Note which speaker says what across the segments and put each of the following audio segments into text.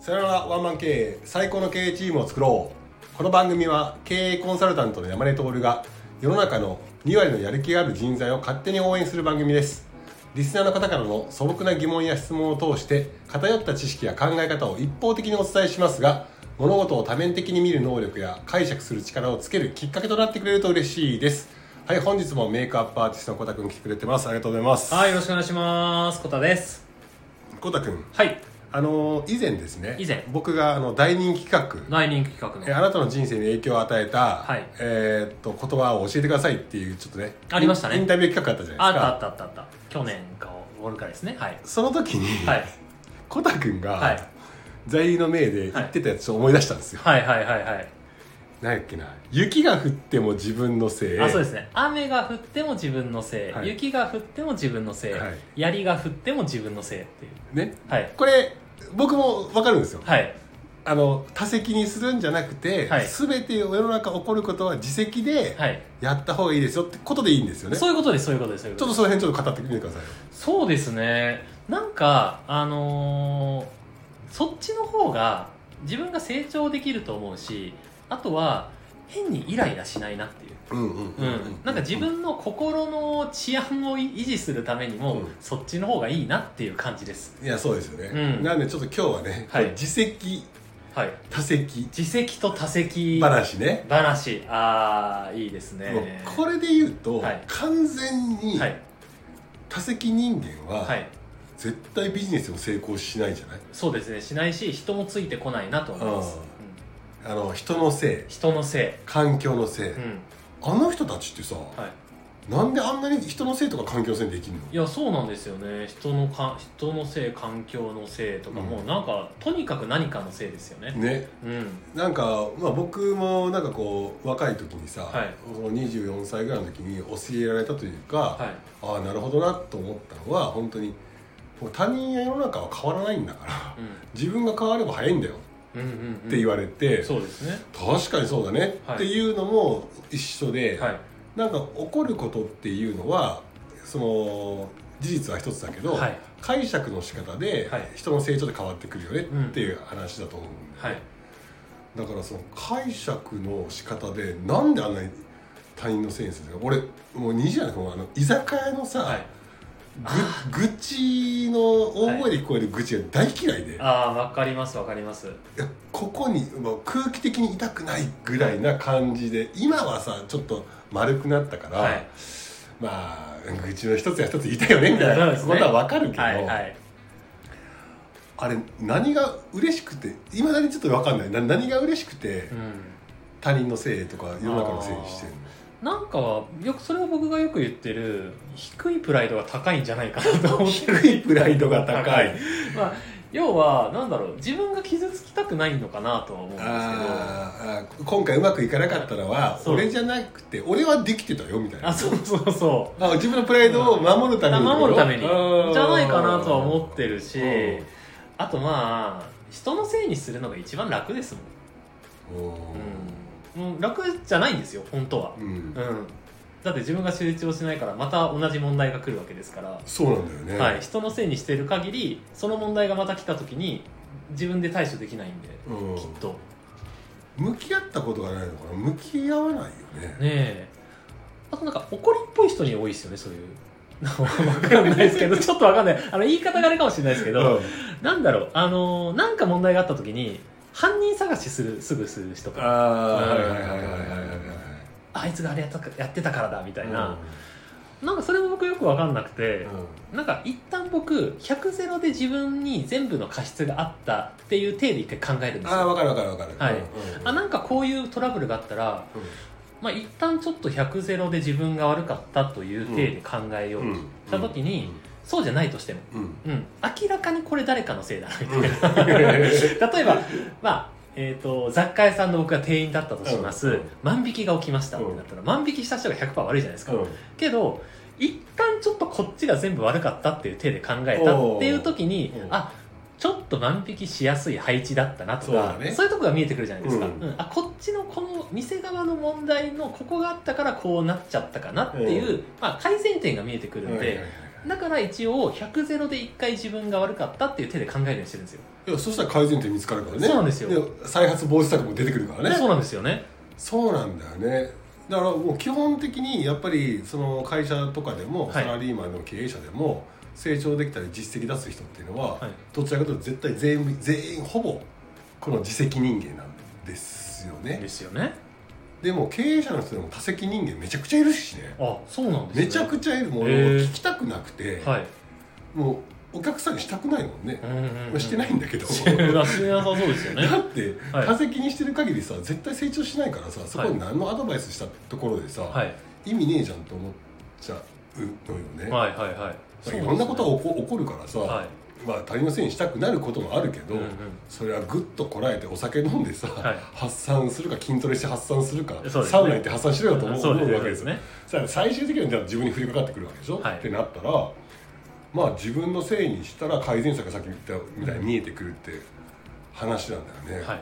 Speaker 1: さよならワンマン経営最高の経営チームを作ろうこの番組は経営コンサルタントの山根徹が世の中の2割のやる気がある人材を勝手に応援する番組ですリスナーの方からの素朴な疑問や質問を通して偏った知識や考え方を一方的にお伝えしますが物事を多面的に見る能力や解釈する力をつけるきっかけとなってくれると嬉しいですはい本日もメイクアップアーティストのコタくん来てくれてますありがとうございます
Speaker 2: はい、よろしくお願いします。こたです。
Speaker 1: コタくん
Speaker 2: はい、
Speaker 1: あの以前ですね
Speaker 2: 以前
Speaker 1: 僕があの大人気企画
Speaker 2: 大人気企画
Speaker 1: えー
Speaker 2: の。
Speaker 1: あなたの人生に影響を与えた、
Speaker 2: はい
Speaker 1: えーっと言葉を教えてくださいっていうちょっとね
Speaker 2: ありましたね
Speaker 1: インインタビュー企画あったじゃ
Speaker 2: あ
Speaker 1: ないで
Speaker 2: っ
Speaker 1: すか
Speaker 2: たあったあったあった。去年か、おるかですね。はい。
Speaker 1: その時に、
Speaker 2: はい。
Speaker 1: コタくんが、
Speaker 2: はい
Speaker 1: 在位の命で言ってたやつを思い出したんですよ、
Speaker 2: はいはいはいはい。
Speaker 1: 何やっけな雪が降っても自分のせい
Speaker 2: あ、そうですね。雨が降っても自分のせい、
Speaker 1: はい
Speaker 2: 雪が降っても自分のせい、
Speaker 1: はい
Speaker 2: 槍が降っても自分のせいっていう。
Speaker 1: ね
Speaker 2: はい。
Speaker 1: これ僕も分かるんですよ
Speaker 2: はい。
Speaker 1: あの多責にするんじゃなくて、
Speaker 2: はい
Speaker 1: 全て世の中起こることは自責で
Speaker 2: はい。
Speaker 1: やった方がいいですよってことでいいんですよねち
Speaker 2: そういうことです、そういうことです、そういうこ
Speaker 1: ょっと
Speaker 2: とです。
Speaker 1: その辺ちょっと語ってみてくださいよ
Speaker 2: そうですね。なんか、あのーそっちの方が自分が成長できると思うし、あとは変にイライラしないなってい
Speaker 1: う
Speaker 2: う。
Speaker 1: んうんう
Speaker 2: うん
Speaker 1: うん
Speaker 2: ん、なんか自分の心の治安を維持するためにも、
Speaker 1: うん
Speaker 2: そっちの方がいいなっていう感じです
Speaker 1: いやそうですよね、
Speaker 2: うん
Speaker 1: なんでちょっと今日はね、
Speaker 2: はい
Speaker 1: 自責
Speaker 2: はい
Speaker 1: 多責
Speaker 2: 自責と他責
Speaker 1: 話ね、
Speaker 2: 話ああいいです
Speaker 1: もう
Speaker 2: ね
Speaker 1: これで言うと、
Speaker 2: はい
Speaker 1: 完全に
Speaker 2: はい
Speaker 1: 多責人間
Speaker 2: は
Speaker 1: はい絶対ビジネスも成功しないじゃない
Speaker 2: そうですねしないし人もついてこないなと思います、
Speaker 1: あー
Speaker 2: うん
Speaker 1: あの人のせい
Speaker 2: 人のせ
Speaker 1: 環境のせい、
Speaker 2: い、うん
Speaker 1: あの人たちってさ、
Speaker 2: はい、
Speaker 1: なんであんなに人のせいとか環境のせいにできるの
Speaker 2: いやそうなんですよね人のか人のせい環境のせいとか、
Speaker 1: うん
Speaker 2: もうなんかとにかく何かのせいですよね
Speaker 1: ね
Speaker 2: うん
Speaker 1: なんか、まあ、僕もなんかこう若い時にさ、
Speaker 2: はい
Speaker 1: その24歳ぐらいの時に教えられたというか、
Speaker 2: はい
Speaker 1: ああなるほどなと思ったのは本当にもう他人や世の中は変わらないんだから自分が変われば早いんだよ
Speaker 2: うんうんうんうん
Speaker 1: って言われて、
Speaker 2: そうですね
Speaker 1: 確かにそうだね
Speaker 2: はい
Speaker 1: っていうのも一緒で、
Speaker 2: はい
Speaker 1: なんか起こることっていうのはその事実は一つだけど、
Speaker 2: はい
Speaker 1: 解釈の仕方で
Speaker 2: はい
Speaker 1: 人の成長で変わってくるよねっていう話だと思うんだ
Speaker 2: は
Speaker 1: よ
Speaker 2: い
Speaker 1: ね、だからその解釈の仕方でなんであんなに他人のせいにするのか俺もう虹じゃないあの居酒屋のさ、
Speaker 2: はい
Speaker 1: ぐ愚痴の大声で聞こえる愚痴が大嫌いで、
Speaker 2: ああわかりますわかります
Speaker 1: いやここにもう空気的に痛くないぐらいな感じで今はさちょっと丸くなったから、
Speaker 2: はい
Speaker 1: まあ愚痴の一つや一つ痛いよねみたい
Speaker 2: そう
Speaker 1: な
Speaker 2: です
Speaker 1: こ
Speaker 2: ね
Speaker 1: とはわかるけど、
Speaker 2: はいはい
Speaker 1: あれ何が嬉しくていまだにちょっとわかんないな何が嬉しくて、
Speaker 2: うん
Speaker 1: 他人のせいとか世の中のせいにしてるの
Speaker 2: なんかよくそれは僕がよく言ってる低いプライドが高いんじゃないかなと思ってる
Speaker 1: 低いプライドが高い
Speaker 2: まあ要はなんだろう自分が傷つきたくないのかなとは思うんですけどあ
Speaker 1: あーあー今回うまくいかなかったのは
Speaker 2: そう
Speaker 1: 俺じゃなくて俺はできてたよみたいな
Speaker 2: そうそうそう
Speaker 1: あ自分のプライドを守るために
Speaker 2: 守るために
Speaker 1: あー
Speaker 2: じゃないかなとは思ってるし
Speaker 1: うん
Speaker 2: あとまあ人のせいにするのが一番楽ですもん、うん、もう楽じゃないんですよ本当は
Speaker 1: うん
Speaker 2: うん、だって自分が成長しないからまた同じ問題が来るわけですから、
Speaker 1: そうなんだよね、
Speaker 2: はい、人のせいにしてる限りその問題がまた来た時に自分で対処できないんで、
Speaker 1: うん
Speaker 2: きっとね
Speaker 1: 向き合ったことがないのかな向き合わないよね
Speaker 2: えあとなんか怒りっぽい人に多いですよねそういう。分かんないです けどちょっと分かんないあの言い方があれかもしれないですけ
Speaker 1: う
Speaker 2: ど、
Speaker 1: ん
Speaker 2: なんだろうあのなんか問題があった時に犯人探しするすぐする人と
Speaker 1: あ
Speaker 2: か
Speaker 1: あはいはいはいはいはいはい
Speaker 2: あいつがあれやったかやってたからだみた
Speaker 1: はい
Speaker 2: いな、なんかそれも僕よく分かんなくて、なんか一旦僕100ゼロで自分に全部の過失があったっていう体で一回考えるんです
Speaker 1: ああ
Speaker 2: よ
Speaker 1: 分かる分かる分かる
Speaker 2: はい
Speaker 1: うんうん
Speaker 2: あなんかこういうトラブルがあったら、まあ、一旦ちょっと100ゼロで自分が悪かったという体で考えよう、
Speaker 1: うん
Speaker 2: した時にそうじゃないとしても、
Speaker 1: うんうん
Speaker 2: うん、明らかにこれ誰かのせいだな み たいな、
Speaker 1: う
Speaker 2: 例えば、まあえー、と雑貨屋さんの僕が店員だったとします、
Speaker 1: うん
Speaker 2: 万引きが起きましたってなったら、万引きした人が100%悪いじゃないですか、
Speaker 1: ん
Speaker 2: けど一旦ちょっとこっちが全部悪かったっていう手で考えたっていう時に
Speaker 1: おうおう
Speaker 2: あちょっと万引きしやすい配置だったなと
Speaker 1: そうだ
Speaker 2: かそう,、
Speaker 1: ね
Speaker 2: いうとこが見えてくるじゃないですか、
Speaker 1: うん
Speaker 2: うんあこっちのこの店側の問題のここがあったからこうなっちゃったかなっていう、まあ、改善点が見えてくるんで、
Speaker 1: はいはいはい
Speaker 2: だから一応100ゼロで1回自分が悪かったっていう手で考えるようにしてるんですよ、
Speaker 1: いやそしたら改善点見つかるからね
Speaker 2: そうなんですよ
Speaker 1: 再発防止策も出てくるからね
Speaker 2: そうなんですよね
Speaker 1: そうなんだよねだからもう基本的にやっぱりその会社とかでも
Speaker 2: は
Speaker 1: サ
Speaker 2: い
Speaker 1: ラリーマンの経営者でも成長できたり実績出す人っていうのは
Speaker 2: はい
Speaker 1: どちらかというと絶対全員全員ほぼこの自責人間なんですよね
Speaker 2: ですよね
Speaker 1: でも経営者の人でも多責人間めちゃくちゃいるしね
Speaker 2: あそうなんですね
Speaker 1: めちゃくちゃいるもう
Speaker 2: へー
Speaker 1: 聞きたくなくて
Speaker 2: はい
Speaker 1: もうお客さんにしたくないもんね
Speaker 2: うんうんうん
Speaker 1: してないんだけど
Speaker 2: してなさそうですよね
Speaker 1: だって
Speaker 2: はい
Speaker 1: 化石にしてる限りさ絶対成長しないからさそこに何のアドバイスしたところでさ、
Speaker 2: はい
Speaker 1: 意味ねえじゃんと思っちゃうのよね、
Speaker 2: はいはいはい
Speaker 1: だからいろんなことが起こ起こるからさ、
Speaker 2: は
Speaker 1: まあ他人のせいにしたくなることもあるけ
Speaker 2: い
Speaker 1: ど、
Speaker 2: うんうん
Speaker 1: それはぐっとこらえてお酒飲んでさ、
Speaker 2: はい
Speaker 1: 発散するか筋トレして発散するか、
Speaker 2: そうですね
Speaker 1: サウナ行って発散しろよと思う
Speaker 2: そうです
Speaker 1: 思
Speaker 2: ね
Speaker 1: うわけですよ
Speaker 2: そうで
Speaker 1: さあ最終的にはじゃあ自分に降りかかってくるわけでしょ、
Speaker 2: はい
Speaker 1: ってなったらまあ自分のせいにしたら改善策がさっき言ったみたいに見えてくるって話なんだよね、
Speaker 2: はい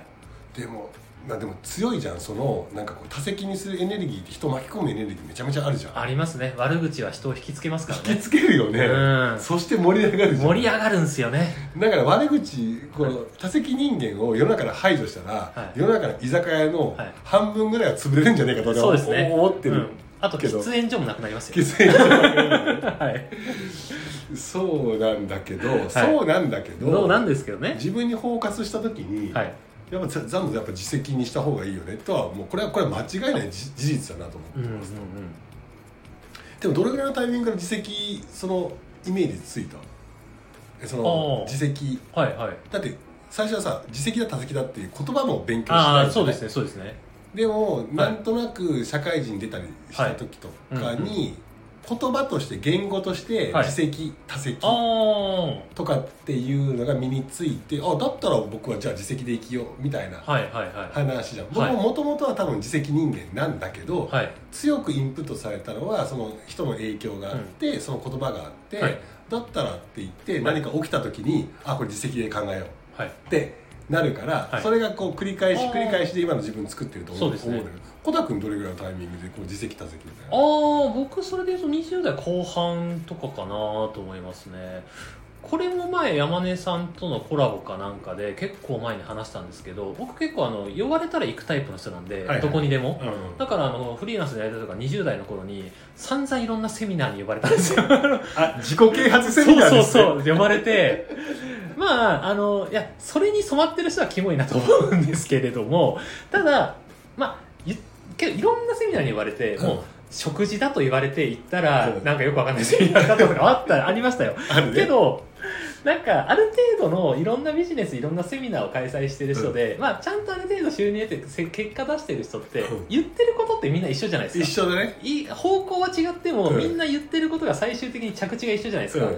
Speaker 1: でもまあでも強いじゃんそのなんかこう多責にするエネルギーって人を巻き込むエネルギーめちゃめちゃあるじゃん
Speaker 2: ありますね悪口は人を引きつけますから
Speaker 1: 引き
Speaker 2: ね
Speaker 1: つけるよね、
Speaker 2: うん
Speaker 1: そして盛り上がるじゃん
Speaker 2: 盛り上がるんですよね
Speaker 1: だから悪口この多責人間を世の中から排除したら、
Speaker 2: はい
Speaker 1: 世の中の居酒屋の
Speaker 2: はい
Speaker 1: 半分ぐらいは潰れるんじゃないかと俺は
Speaker 2: そうですね
Speaker 1: 思ってる、
Speaker 2: うんあと
Speaker 1: けど
Speaker 2: 喫煙所もなくなりますよ
Speaker 1: 気づいて
Speaker 2: はい
Speaker 1: そうなんだけど、そうなんだけど
Speaker 2: そうなんですけどね
Speaker 1: 自分にフォーカスした時に、
Speaker 2: はい
Speaker 1: やっぱざ全部やっぱ自責にした方がいいよねとはもうこれはこれは間違いないじ事実だなと思って
Speaker 2: うんうんう
Speaker 1: ます、
Speaker 2: ん
Speaker 1: でもどれぐらいのタイミングから自責そのイメージついたえその
Speaker 2: あー
Speaker 1: 自責
Speaker 2: はいはい
Speaker 1: だって最初はさ自責だ多責だっていう言葉も勉強して
Speaker 2: あ
Speaker 1: た
Speaker 2: あ
Speaker 1: りと
Speaker 2: そう
Speaker 1: か
Speaker 2: ですねそうですね
Speaker 1: でもなんとなく社会人出たりした時とか
Speaker 2: はいうんうん
Speaker 1: に言葉として言語として
Speaker 2: はい
Speaker 1: 自責多責
Speaker 2: ああ
Speaker 1: とかっていうのが身についてあだったら僕はじゃあ自責で生きようみたいな
Speaker 2: はいはいはい
Speaker 1: 話じゃん僕
Speaker 2: はい
Speaker 1: ももともとは多分自責人間なんだけど
Speaker 2: はい
Speaker 1: 強くインプットされたのはその人の影響があってその言葉があって
Speaker 2: はい
Speaker 1: だったらって言って何か起きた時にあこれ自責で考えよう
Speaker 2: はい
Speaker 1: ってなるから、
Speaker 2: はい
Speaker 1: それがこう繰り返し
Speaker 2: あー
Speaker 1: 繰り返しで今の自分作ってると思う
Speaker 2: そうですね
Speaker 1: 思うんだけどコタ君どれぐらいのタイミングでこう自責多責みたい
Speaker 2: あ
Speaker 1: な
Speaker 2: あ僕それで言うと20代後半とかかなと思いますねこれも前山根さんとのコラボかなんかで結構前に話したんですけど僕結構あの呼ばれたら行くタイプの人なんで、
Speaker 1: いはい
Speaker 2: どこにでも、
Speaker 1: うん
Speaker 2: だからあのフリーランスでやりたとか20代の頃に散々いろんなセミナーに呼ばれたんですよ
Speaker 1: あ自己啓発 セミナーですね
Speaker 2: そうそうそう呼ばれてまああのいやそれに染まってる人はキモいなと思うんですけれどもただまあゆけどいろんなセミナーに呼ばれて、もう食事だと言われて行ったら、
Speaker 1: うん
Speaker 2: なんかよくわかんないセミナーだったとかあった、ありましたよ。
Speaker 1: あるね
Speaker 2: けど、なんかある程度のいろんなビジネス、いろんなセミナーを開催してる人で、まあちゃんとある程度収入得てせ結果出してる人って、
Speaker 1: うん
Speaker 2: 言ってることってみんな一緒じゃないです
Speaker 1: 一
Speaker 2: か。
Speaker 1: 緒だね
Speaker 2: い方向は違っても、
Speaker 1: うん
Speaker 2: みんな言ってることが最終的に着地が一緒じゃないです
Speaker 1: う
Speaker 2: か。
Speaker 1: ん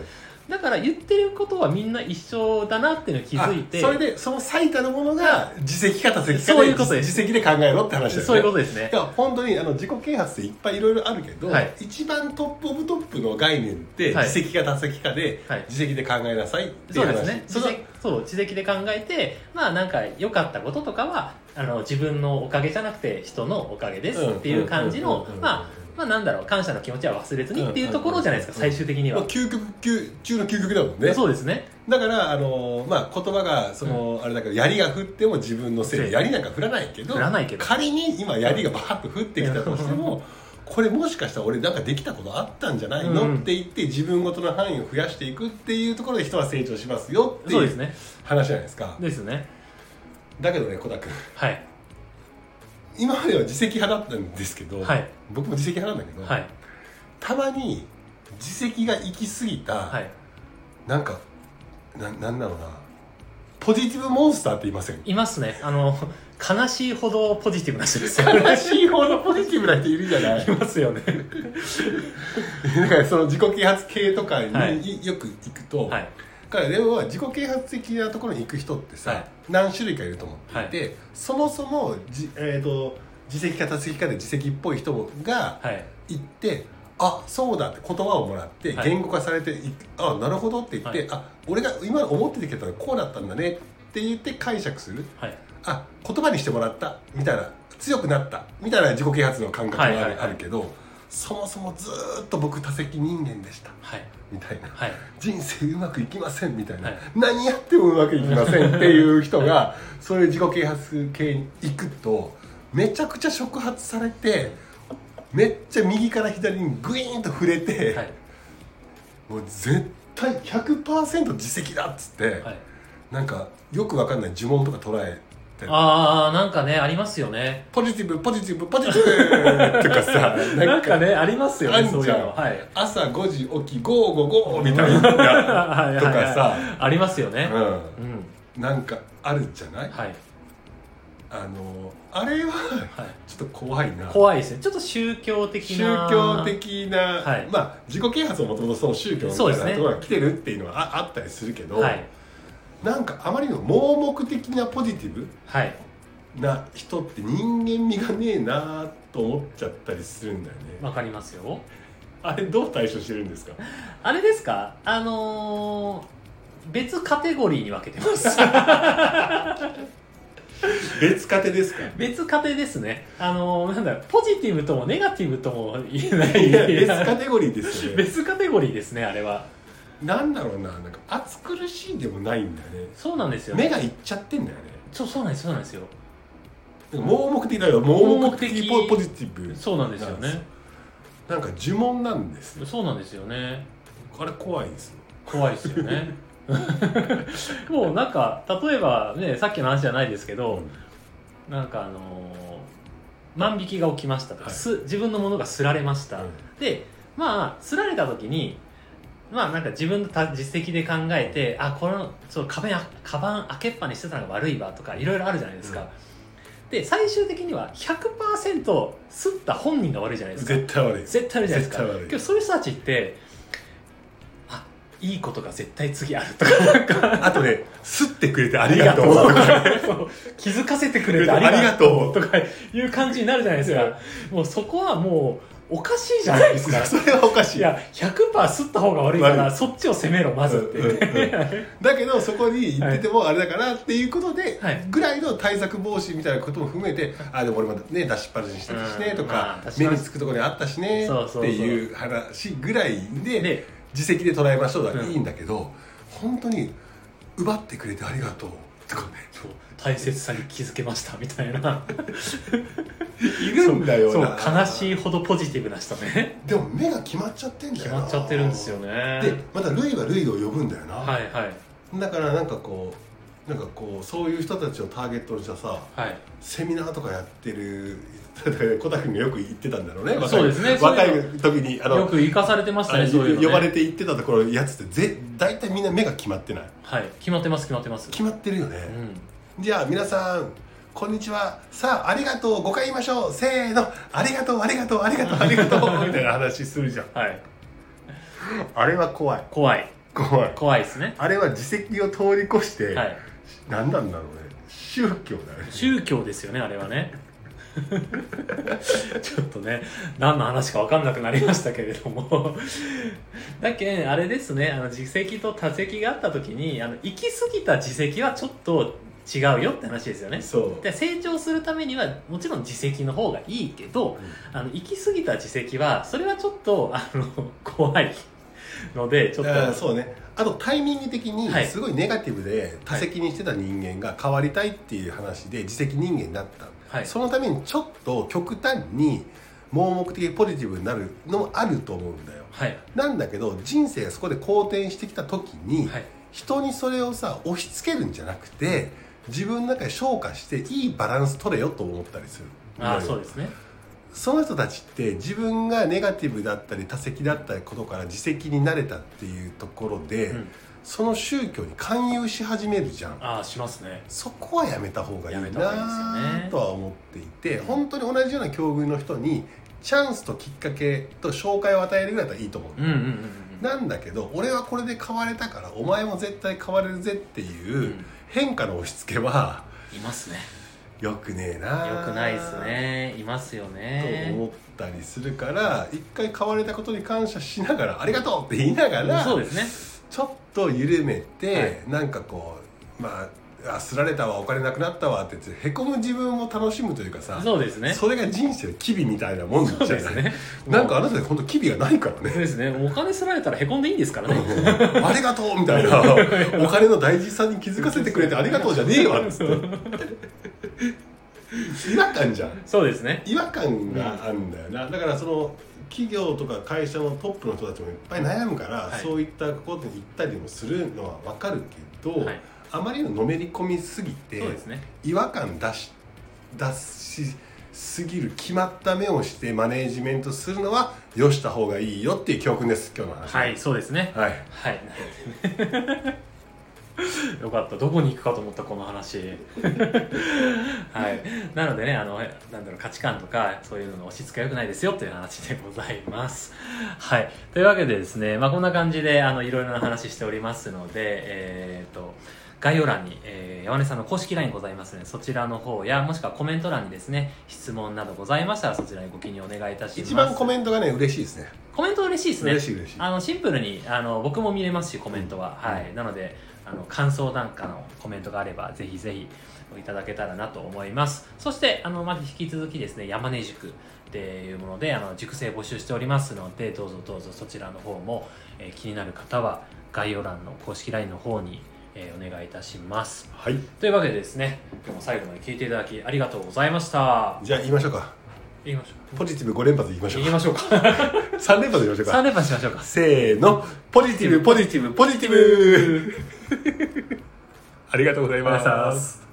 Speaker 2: だから言ってることはみんな一緒だなっていうのを気づいて、
Speaker 1: あそれでその最たるものが自責か多責か
Speaker 2: そういうことです
Speaker 1: 自責で考えろって話だよね
Speaker 2: そういうことですね
Speaker 1: い。や本当にあの自己啓発っていっぱいいろいろあるけど、
Speaker 2: はい
Speaker 1: 一番トップオブトップの概念って
Speaker 2: はい
Speaker 1: 自責か多責かで、
Speaker 2: はい
Speaker 1: 自責で考えなさいってい
Speaker 2: そうう
Speaker 1: 話
Speaker 2: ですね
Speaker 1: そ
Speaker 2: 自
Speaker 1: の
Speaker 2: 責そう自責で考えてまあなんか良かったこととかはあの自分のおかげじゃなくて人のおかげですっていう感じの
Speaker 1: うんうんうんうんうん
Speaker 2: まあまあなんだろう感謝の気持ちは忘れずにっていうところじゃないですか
Speaker 1: うんうん
Speaker 2: 最終的に
Speaker 1: ま
Speaker 2: は
Speaker 1: あ、究極究中の究極だもんね
Speaker 2: そうですね
Speaker 1: だから、あのまあ、言葉がその、あれだけど槍が降っても自分のせ
Speaker 2: せ
Speaker 1: い
Speaker 2: い
Speaker 1: 槍なんか降らないけど
Speaker 2: 降らないけど
Speaker 1: 仮に今槍がバーッと降ってきたとしてもこれもしかしたら俺なんかできたことあったんじゃないの、
Speaker 2: うん
Speaker 1: って言って自分ごとの範囲を増やしていくっていうところで人は成長しますよって
Speaker 2: そ
Speaker 1: い
Speaker 2: うです
Speaker 1: う
Speaker 2: ね
Speaker 1: 話じゃないですか
Speaker 2: ですね
Speaker 1: だけどね小田君
Speaker 2: はい
Speaker 1: 今までは自責派だったんですけど、
Speaker 2: はい
Speaker 1: 僕も自責派なんだけど、
Speaker 2: はい
Speaker 1: たまに自責が行き過ぎた、
Speaker 2: はい
Speaker 1: なんかななんだろうなポジティブモンスターって言いません
Speaker 2: いますねあの悲しいほどポジティブな人で すよ
Speaker 1: 悲しいほどポジティブな人いるじゃない
Speaker 2: いますよね
Speaker 1: だからその自己啓発系とかに、
Speaker 2: はい
Speaker 1: よく行くと、
Speaker 2: はい
Speaker 1: だからでも自己啓発的なところに行く人ってさ、
Speaker 2: はい
Speaker 1: 何種類かいると思っていて、そもそもじ、えー、と自責か多責かで自責っぽい人が
Speaker 2: はい
Speaker 1: 行ってあそうだって言葉をもらって
Speaker 2: はい
Speaker 1: 言語化されて、いあなるほどって言って、
Speaker 2: はい
Speaker 1: あ俺が今思ってたけどこうだったんだねって言って解釈する
Speaker 2: はい
Speaker 1: あ言葉にしてもらったみたいな強くなったみたいな自己啓発の感覚がある,、
Speaker 2: はいはいは
Speaker 1: あ
Speaker 2: い
Speaker 1: るけどそもそもずーっと僕多責人間でした
Speaker 2: はい
Speaker 1: みたいな
Speaker 2: はい
Speaker 1: 人生うまくいきませんみたいな、
Speaker 2: はい
Speaker 1: 何やってもうまくいきませんっていう人がそういう自己啓発系に行くとめちゃくちゃ触発されてめっちゃ右から左にグイーンと触れて、
Speaker 2: はい
Speaker 1: もう絶対100%自責だっつって、
Speaker 2: はい
Speaker 1: なんかよくわかんない呪文とか捉えて
Speaker 2: ああなんかねありますよね
Speaker 1: ポジティブポジティブポジティ ブとかさ
Speaker 2: なんかねありますよ
Speaker 1: あ
Speaker 2: ね
Speaker 1: んじゃん
Speaker 2: そういうのはい
Speaker 1: 朝5時起きゴーゴーゴーみたいな、
Speaker 2: はい
Speaker 1: とか
Speaker 2: はいはい
Speaker 1: さ
Speaker 2: ありますよね
Speaker 1: う
Speaker 2: うん
Speaker 1: ん、なんかあるじゃない
Speaker 2: はい
Speaker 1: あのあれは
Speaker 2: はい
Speaker 1: ちょっと怖いな
Speaker 2: 怖いですねちょっと宗教的
Speaker 1: 宗
Speaker 2: な
Speaker 1: 教的な、
Speaker 2: はい
Speaker 1: まあ自己啓発ももともとその宗教み
Speaker 2: そうで
Speaker 1: たいな
Speaker 2: すね
Speaker 1: ところが来てるっていうのはああったりするけど、
Speaker 2: はい
Speaker 1: なんかあまりの盲目的なポジティブ
Speaker 2: はい
Speaker 1: な人って人間味がねえなと思っちゃったりするんだよね、
Speaker 2: わかりますよ
Speaker 1: あれどう対処してるんですか
Speaker 2: あれですかあのー別カテゴリーに分けてます
Speaker 1: 別家庭ですか
Speaker 2: 別家庭ですねあのーなんだポジティブともネガティブとも言えない
Speaker 1: いや別カテゴリーですよね
Speaker 2: 別カテゴリーですねあれは
Speaker 1: なんだろうななんか暑苦しいでもないんだよね
Speaker 2: そうなんですよ
Speaker 1: 目
Speaker 2: ね
Speaker 1: がいっちゃってんだよね
Speaker 2: そうそうなんですそうなんですよ
Speaker 1: なんか盲目的だよ盲目
Speaker 2: 盲目
Speaker 1: 的
Speaker 2: 的
Speaker 1: ポポジティブ
Speaker 2: そうなんですよね
Speaker 1: なんか呪文なんですよ
Speaker 2: そうなんですよね
Speaker 1: あれ怖いですよ
Speaker 2: 怖いですよね もうなんか例えばねさっきの話じゃないですけどなんかあのー万引きが起きましたとか、
Speaker 1: はい
Speaker 2: す自分のものがすられました、
Speaker 1: うん
Speaker 2: でまあすられた時にまあなんか自分のた実績で考えてあこのそうカバンカバン開けっぱにしてたのが悪いわとかいろいろあるじゃないですか、
Speaker 1: うん
Speaker 2: で最終的には100%すった本人が悪いじゃないですか
Speaker 1: 絶対悪いです
Speaker 2: 絶対あるじゃないですか
Speaker 1: 絶対悪い
Speaker 2: けどそういう人たちってあいいことが絶対次あるとかなんか
Speaker 1: あとねすってくれ てありがとうとか
Speaker 2: そう 気づかせてくれてありがとうとかいう感じになるじゃないです
Speaker 1: うん
Speaker 2: かもうそこはもうおかしいじゃないですか
Speaker 1: それはおかし
Speaker 2: い
Speaker 1: い
Speaker 2: や100%すった方が悪いから
Speaker 1: 悪
Speaker 2: そっちを責めろまずって、
Speaker 1: うんうんうんだけどそこに行っててもあれだからっていうことで、
Speaker 2: はい
Speaker 1: ぐらいの対策防止みたいなことも含めてあでも俺もね出しっぱなしにしたしね
Speaker 2: うん
Speaker 1: とか,、
Speaker 2: まあ確か
Speaker 1: 目
Speaker 2: に
Speaker 1: につくところにあったしね
Speaker 2: そうそうそう
Speaker 1: っていう話ぐらいで
Speaker 2: で
Speaker 1: 自責で捉えましょうだから
Speaker 2: うん
Speaker 1: いいんだけど、本当に奪ってくれてありがとうとかね
Speaker 2: そう大切さに気づけましたみたいない
Speaker 1: るんだよ
Speaker 2: そう
Speaker 1: な
Speaker 2: 悲しいほどポジティブな人ね
Speaker 1: でも目が決まっちゃってんだよ
Speaker 2: 決
Speaker 1: な
Speaker 2: まっちゃってるんですよね
Speaker 1: でまたルイはルイを呼ぶんだよな、
Speaker 2: はいはい
Speaker 1: だからなんかこうなんかこうそういう人たちをターゲットにしたさ、
Speaker 2: はい
Speaker 1: セミナーとかやってる だから小田君がよく行ってたんだろうね若い
Speaker 2: そうですね
Speaker 1: 若い
Speaker 2: そうい
Speaker 1: 時にあの
Speaker 2: よく生かされてました
Speaker 1: あ
Speaker 2: ね
Speaker 1: の
Speaker 2: そういうの、ね、
Speaker 1: 呼ばれて行ってたところのやつってぜ大体みんな目が決まってない
Speaker 2: はい決まってます決まってます
Speaker 1: 決まってるよ
Speaker 2: う
Speaker 1: ね、
Speaker 2: ん
Speaker 1: じゃあ皆さんこんにちはさあありがとう5回言いましょうせーのありがとうありがとうありがとうありが とうみたいな話するじゃん
Speaker 2: はい
Speaker 1: あれは怖い
Speaker 2: 怖い
Speaker 1: 怖い
Speaker 2: 怖いですね
Speaker 1: あれは自責を通り越して、
Speaker 2: はい
Speaker 1: 何なんだろうね宗教だよね
Speaker 2: 宗教ですよねあれはね ちょっとね何の話か分かんなくなりましたけれどもだけんあれですねあの自責と他責があった時にあの行き過ぎた自責はちょっと違うよって話ですよね
Speaker 1: そう
Speaker 2: で成長するためにはもちろん自責の方がいいけど、あの行き過ぎた自責はそれはちょっとあの 怖いのでちょっ
Speaker 1: あー
Speaker 2: と
Speaker 1: そうねあとタイミング的に
Speaker 2: はい
Speaker 1: すごいネガティブで多責にしてた人間が変わりたいっていう話で自責人間になった、
Speaker 2: はい
Speaker 1: そのためにちょっと極端に盲目的にポジティブになるのもあると思うんだよ
Speaker 2: はい
Speaker 1: なんだけど人生がそこで好転してきた時に、
Speaker 2: はい
Speaker 1: 人にそれをさ押し付けるんじゃなくて自分の中で消化していいバランス取れよと思ったりする
Speaker 2: ああそうですね
Speaker 1: その人たちって自分がネガティブだったり多責だったりことから自責になれたっていうところで、
Speaker 2: うん
Speaker 1: その宗教に勧誘し始めるじゃん
Speaker 2: ああしますね
Speaker 1: そこはやめた方がいいな
Speaker 2: やめた方がいいですよね
Speaker 1: とは思っていて本当に同じような境遇の人にチャンスときっかけと紹介を与えるぐらいだったらいいと思う、
Speaker 2: うんうんうんうん
Speaker 1: なんだけど俺はこれで変われたからお前も絶対変われるぜって
Speaker 2: う
Speaker 1: いうん変化の押し付けは
Speaker 2: うんいますね
Speaker 1: よくねえな
Speaker 2: よくないですねいますよ
Speaker 1: と思
Speaker 2: ね
Speaker 1: ったりするから一回買われたことに感謝しながら「ありがとう!」って言いながら
Speaker 2: そうですね
Speaker 1: ちょっと緩めて、なんかこうまああすられたわお金なくなったわって言ってへこむ自分を楽しむというかさ
Speaker 2: そうですね
Speaker 1: それが人生の機微みたいなもんじゃな
Speaker 2: そう
Speaker 1: い
Speaker 2: ですね
Speaker 1: なんかあなた本当機微がないから
Speaker 2: そう
Speaker 1: ね
Speaker 2: ですねお金すられたらへこんでいいんですからね
Speaker 1: うんありがとうみたいなお金の大事さに気づかせてくれてありがとうじゃねえわっつって違和感じゃん
Speaker 2: そうですね
Speaker 1: 違和感があるんだよな、だからその企業とか会社のトップの人たちもいっぱい悩むから、
Speaker 2: はい
Speaker 1: そういったことに行ったりもするのは分かるけど、
Speaker 2: はい
Speaker 1: あまりののめり込みすぎて
Speaker 2: そうですね
Speaker 1: 違和感出し出しすぎる決まった目をしてマネージメントするのはよした方がいいよっていう教訓です今日の話
Speaker 2: はいそうですね
Speaker 1: はい、
Speaker 2: はい よかったどこに行くかと思ったこの 話はいなのでねあのなんだろう価値観とかそういうのの押し付けは良くないですよという話でございますはいというわけでですね、まあ、こんな感じであのいろいろな話しておりますのでえー、と概要欄に、えー、山根さんの公式 LINE ございますのでそちらの方やもしくはコメント欄にですね質問などございましたらそちらにご記入お願いいたします
Speaker 1: 一番コメントがね嬉しいですね
Speaker 2: コメント嬉しいですね
Speaker 1: 嬉しい嬉しい
Speaker 2: あのシンプルにあの僕も見れますしコメントは、
Speaker 1: うん
Speaker 2: はいなのであの感想なんかのコメントがあればぜひぜひいただけたらなと思いますそしてあのまた引き続きですね山根塾っていうものであの塾生募集しておりますのでどうぞどうぞそちらの方も、えー気になる方は概要欄の公式 LINE の方に、えーお願いいたします
Speaker 1: はい
Speaker 2: というわけでですね今日も最後まで聞いていただきありがとうございました
Speaker 1: じゃあ言いましょうか
Speaker 2: 言いましょう
Speaker 1: ポジティブ5連発いきましょう
Speaker 2: 言いましょうか
Speaker 1: 3連発いきましょうか
Speaker 2: 3連覇しましょうか
Speaker 1: せーの、ポジティブ、ポジティブ、ポジティブありがとうござい
Speaker 2: ありがとうござい
Speaker 1: ま
Speaker 2: ますす。